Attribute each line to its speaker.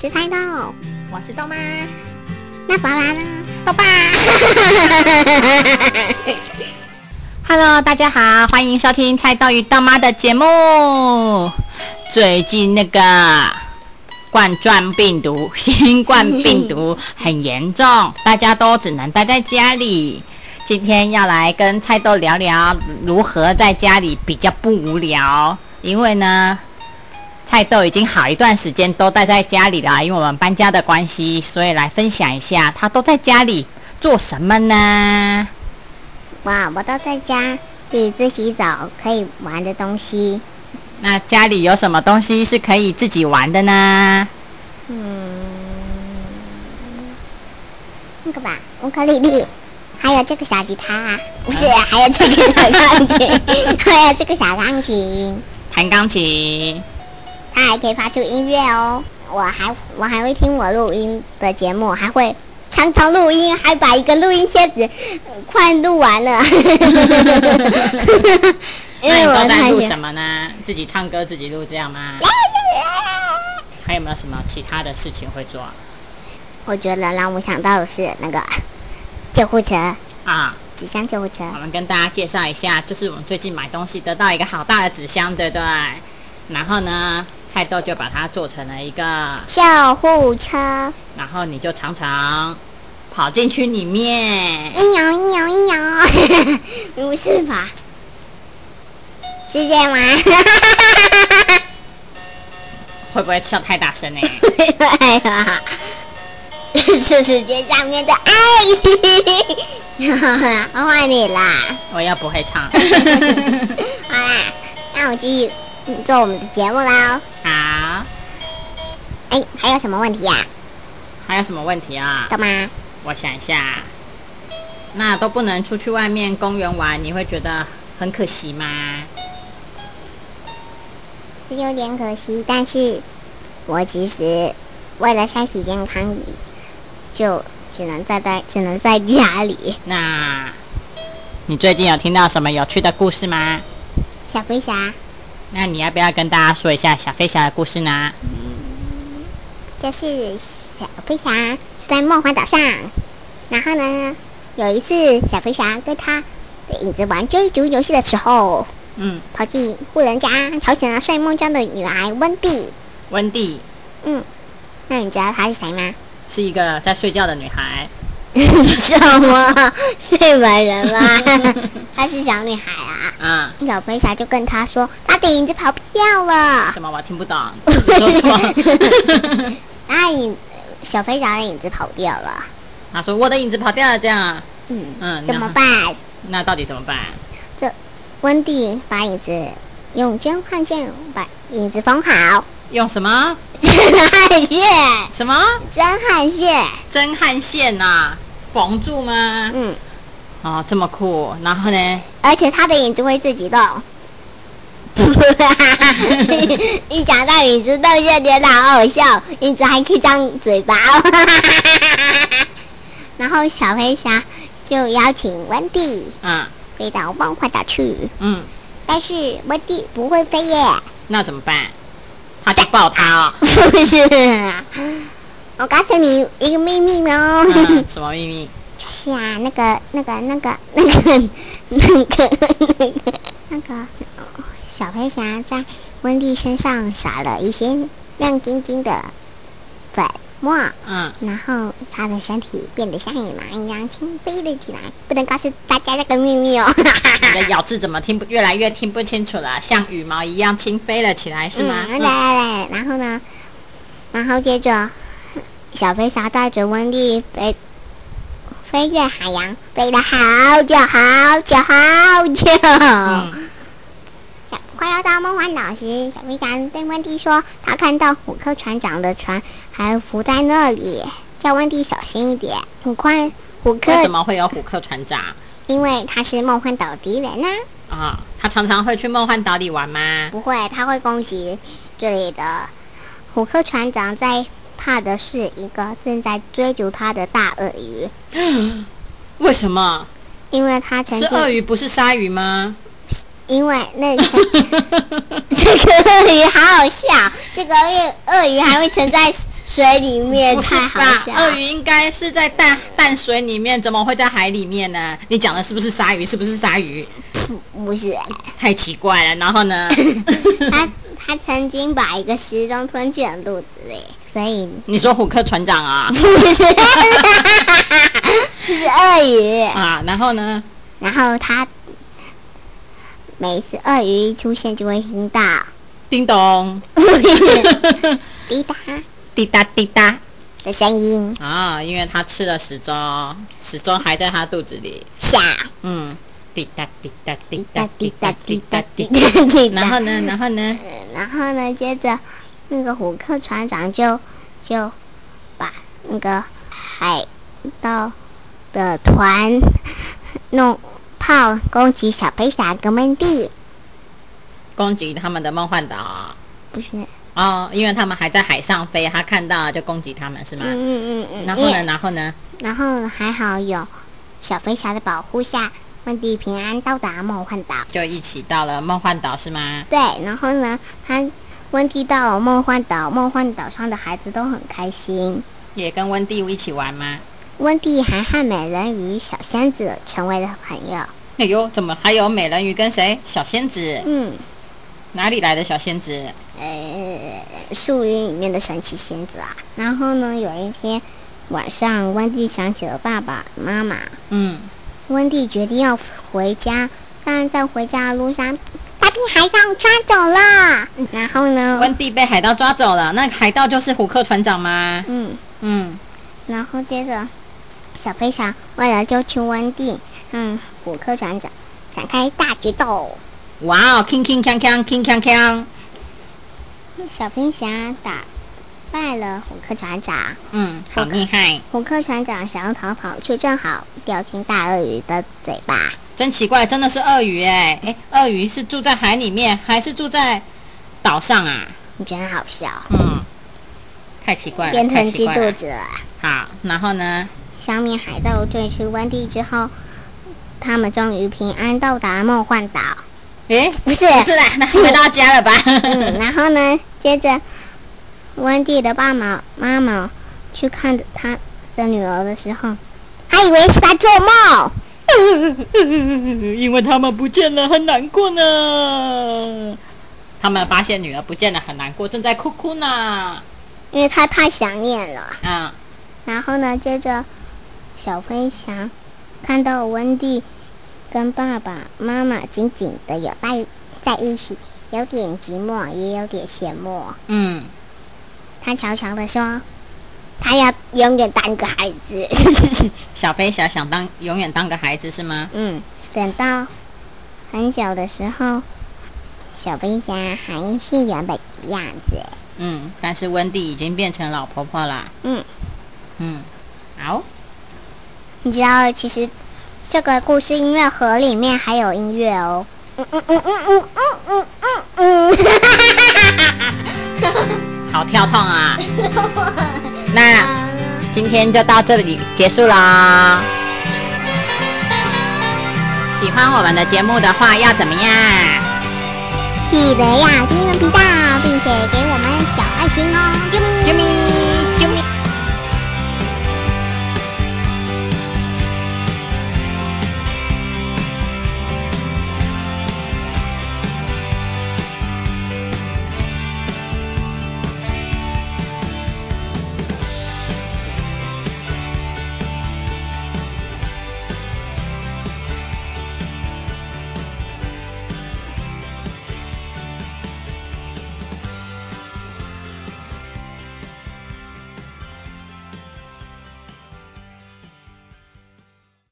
Speaker 1: 是菜豆，
Speaker 2: 我是豆妈，
Speaker 1: 那爸爸呢？
Speaker 2: 豆爸。Hello，大家好，欢迎收听菜豆与豆妈的节目。最近那个冠状病毒、 新冠病毒很严重，大家都只能待在家里。今天要来跟菜豆聊聊如何在家里比较不无聊，因为呢，菜豆已经好一段时间都待在家里了，因为我们搬家的关系，所以来分享一下他都在家里做什么呢？
Speaker 1: 哇，我都在家里自己找可以玩的东西。
Speaker 2: 那家里有什么东西是可以自己玩的呢？
Speaker 1: 嗯，那个吧，乌克丽丽，还有这个小吉他，啊不是，
Speaker 2: 啊
Speaker 1: 还有这个小钢 琴，还有这个小钢琴，
Speaker 2: 弹钢琴。
Speaker 1: 它还可以发出音乐哦。我还我还会听我录音的节目，还会常常录音，还把一个录音贴纸、呃快录完了。因
Speaker 2: 那
Speaker 1: 为
Speaker 2: 你
Speaker 1: 我
Speaker 2: 都在
Speaker 1: 太
Speaker 2: 录
Speaker 1: 喜
Speaker 2: 什么呢？自己唱歌自己录这样吗？还有没有什么其他的事情会做啊
Speaker 1: 我觉得让我想到的是那个救护车，
Speaker 2: 啊？
Speaker 1: 纸箱救护车。
Speaker 2: 我们跟大家介绍一下，就是我们最近买东西得到一个好大的纸箱，对不对？然后呢，菜豆就把它做成了一个，
Speaker 1: 救护车，
Speaker 2: 然后你就常常跑进去里面。
Speaker 1: 一摇一摇一摇，哎 不是吧？是这样吗？
Speaker 2: 会不会笑太大声呢、
Speaker 1: 对啊，这是世界上面的爱， 我爱你啦！
Speaker 2: 我又不会唱。
Speaker 1: 好啦，那我继续做我们的节目啦。
Speaker 2: 好，
Speaker 1: 哎，还有什么问题呀、
Speaker 2: 还有什么问题
Speaker 1: 啊？？
Speaker 2: 啊
Speaker 1: 干嘛？
Speaker 2: 我想一下，那都不能出去外面公园玩，你会觉得很可惜吗？
Speaker 1: 是有点可惜，但是我其实为了身体健康，就只能在在只能在家里。
Speaker 2: 那你最近有听到什么有趣的故事吗？
Speaker 1: 小飞侠，
Speaker 2: 那你要不要跟大家说一下小飞侠的故事呢？
Speaker 1: 这是小飞侠是在梦幻岛上，然后呢，有一次小飞侠跟他的影子玩追逐游戏的时候，
Speaker 2: 嗯，
Speaker 1: 跑进户人家，吵醒了睡梦中的女孩温蒂。
Speaker 2: 温蒂
Speaker 1: 嗯，那你知道她是谁吗？
Speaker 2: 是一个在睡觉的女孩，
Speaker 1: 什 么？睡美人 吗？她是小女孩啊。
Speaker 2: 啊、
Speaker 1: 小飞侠就跟她说，她的影子跑不掉了。
Speaker 2: 什么我听不懂，你说什么？
Speaker 1: 那影小飞侠的影子跑掉了。
Speaker 2: 他说我的影子跑掉了，这样啊，
Speaker 1: 嗯
Speaker 2: 嗯
Speaker 1: 怎么
Speaker 2: 那
Speaker 1: 办？
Speaker 2: 那到底怎么办？
Speaker 1: 这温蒂把影子用针换线把影子缝好，
Speaker 2: 用什么
Speaker 1: 针焊线，
Speaker 2: 什么
Speaker 1: 针焊线。
Speaker 2: 针焊线呐、缝住吗？
Speaker 1: 嗯，
Speaker 2: 哦，这么酷，然后呢？
Speaker 1: 而且他的影子会自己动。一想到影子动就觉得好好笑，影子还可以张嘴巴。哦 然后小飞侠就邀请温蒂
Speaker 2: 啊，
Speaker 1: 飞到梦幻岛去，
Speaker 2: 嗯，
Speaker 1: 但是温蒂不会飞耶。。
Speaker 2: 那怎么办？他就抱他哦
Speaker 1: 不是啊，我告诉你一个秘密哦。
Speaker 2: 嗯，什么秘密？
Speaker 1: 就是啊，那个、那个、那个、那个、那个、那个、那个小飞侠在温蒂身上撒了一些亮晶晶的粉末，
Speaker 2: 嗯，
Speaker 1: 然后他的身体变得像羽毛一样轻飞了起来。不能告诉大家这个秘密哦。
Speaker 2: 你的咬字怎么听不越来越听不清楚了？像羽毛一样轻飞了起来，是吗？
Speaker 1: 嗯，来来来，然后呢，然后接着，小飞侠带着温蒂飞飞越海洋，飞了好久好久好久。
Speaker 2: 嗯
Speaker 1: 小快要到梦幻岛时，小飞侠对温蒂说，他看到虎克船长的船还浮在那里，叫温蒂小心一点。很快，虎克
Speaker 2: 为什么会有虎克船长？
Speaker 1: 因为他是梦幻岛敌人啊，
Speaker 2: 啊、他常常会去梦幻岛里 玩吗？
Speaker 1: 不会，他会攻击这里的。虎克船长在怕的是一个正在追逐他的大鳄鱼，
Speaker 2: 为什么？
Speaker 1: 因为他曾
Speaker 2: 是
Speaker 1: 经
Speaker 2: 鳄鱼不是鲨鱼吗？
Speaker 1: 因为 那这个鳄鱼好好笑，这个鳄鳄鱼还会存在水里面
Speaker 2: 不是
Speaker 1: 太好
Speaker 2: 吧？
Speaker 1: 笑。
Speaker 2: 鳄鱼应该是在淡淡水里面，怎么会在海里面呢？你讲的是不是鲨鱼？是不是鲨鱼？
Speaker 1: 不不 是，？
Speaker 2: 太奇怪了。然后 呢啊
Speaker 1: 他他曾经把一个时钟吞进了肚子里，所以
Speaker 2: 你说虎克船长啊？
Speaker 1: 不是不 是鳄鱼。
Speaker 2: 啊，然后呢？
Speaker 1: 然后他每次鳄鱼一出现，就会听 到
Speaker 2: 叮咚，
Speaker 1: 滴答
Speaker 2: 滴答滴答。
Speaker 1: 的声音。
Speaker 2: 啊，因为它吃了时钟，时钟还在它肚子里。
Speaker 1: 下
Speaker 2: 嗯，滴答滴答滴
Speaker 1: 滴答
Speaker 2: 答
Speaker 1: 滴
Speaker 2: 滴
Speaker 1: 答
Speaker 2: 答
Speaker 1: 滴
Speaker 2: 滴
Speaker 1: 答
Speaker 2: 答
Speaker 1: 滴答
Speaker 2: 滴答。
Speaker 1: 滴答。
Speaker 2: 然后呢？然后呢？
Speaker 1: 嗯然后呢？接着那个虎克船长就就把那个海盗的团弄炮攻击小飞侠格门地，
Speaker 2: 攻击他们的梦幻岛。
Speaker 1: 不是？
Speaker 2: 哦，因为他们还在海上飞，他看到了就攻击他们
Speaker 1: 嗯
Speaker 2: 是吗？
Speaker 1: 嗯嗯嗯。
Speaker 2: 然后呢？
Speaker 1: 因为
Speaker 2: 然后呢？
Speaker 1: 然后还好有小飞侠的保护下，温蒂平安到达梦幻岛。
Speaker 2: 就一起到了梦幻岛是吗？
Speaker 1: 对，然后呢，他温蒂到了梦幻岛，梦幻岛上的孩子都很开心。
Speaker 2: 也跟温蒂一起玩吗？
Speaker 1: 温蒂还和美人鱼、小仙子成为了朋友。
Speaker 2: 哎呦，怎么还有美人鱼跟谁？小仙子？
Speaker 1: 嗯，
Speaker 2: 哪里来的小仙子？
Speaker 1: 呃，树林里面的神奇仙子啊。然后呢，有一天晚上，温蒂想起了爸爸妈妈，
Speaker 2: 嗯，
Speaker 1: 温蒂决定要回家，但在回家的路上，他被海盗抓走了。然后呢，
Speaker 2: 温蒂被海盗抓走了，那海盗就是虎克船长吗？
Speaker 1: 嗯，
Speaker 2: 嗯，
Speaker 1: 然后接着，小飞侠为了救出温蒂，嗯，虎克船长展开大决斗。
Speaker 2: 哇哦，king king 锵锵 king 锵锵，
Speaker 1: 小飞侠打败了虎克船长，
Speaker 2: 嗯，好厉害，
Speaker 1: 虎克船长想要逃跑，却正好掉进大鳄鱼的嘴巴。
Speaker 2: 真奇怪，真的是鳄鱼哎，哎，鳄鱼是住在海里面还是住在岛上啊？
Speaker 1: 你真好笑，
Speaker 2: 嗯，太奇怪了，
Speaker 1: 变
Speaker 2: 太
Speaker 1: 成
Speaker 2: 奇
Speaker 1: 嫉
Speaker 2: 怪了
Speaker 1: 妒。者了。
Speaker 2: 好，然后呢？
Speaker 1: 消灭海盗追去温蒂之后，他们终于平安到达梦幻岛。
Speaker 2: 诶，
Speaker 1: 不是
Speaker 2: 不是啦，那回到家了吧？
Speaker 1: 嗯，然后呢，接着温蒂的爸妈妈妈去看他的女儿的时候，还以为是他做梦。
Speaker 2: 因为他们不见了，很难过呢。他们发现女儿不见了，很难过，正在哭哭呢。
Speaker 1: 因为他太想念了。
Speaker 2: 啊，
Speaker 1: 然后呢，接着小飞侠看到温蒂跟爸爸妈妈紧紧的有在在一起，有点寂寞，也有点羡慕。
Speaker 2: 嗯，
Speaker 1: 他悄悄的说，他要永远当个孩子。
Speaker 2: 小飞侠想当永远当个孩子是吗？
Speaker 1: 嗯，等到很久的时候，小飞侠还是原本的样子。
Speaker 2: 嗯，但是温蒂已经变成老婆婆啦。
Speaker 1: 嗯，
Speaker 2: 嗯，好，
Speaker 1: 你知道其实这个故事音乐盒里面还有音乐哦。嗯嗯嗯嗯嗯嗯嗯嗯嗯，哈哈
Speaker 2: 好跳痛啊！
Speaker 1: 哈哈哈！
Speaker 2: 那今天就到这里结束啦。喜欢我们的节目的话，要怎么样？
Speaker 1: 记得要订阅频道，并且给我们小爱哦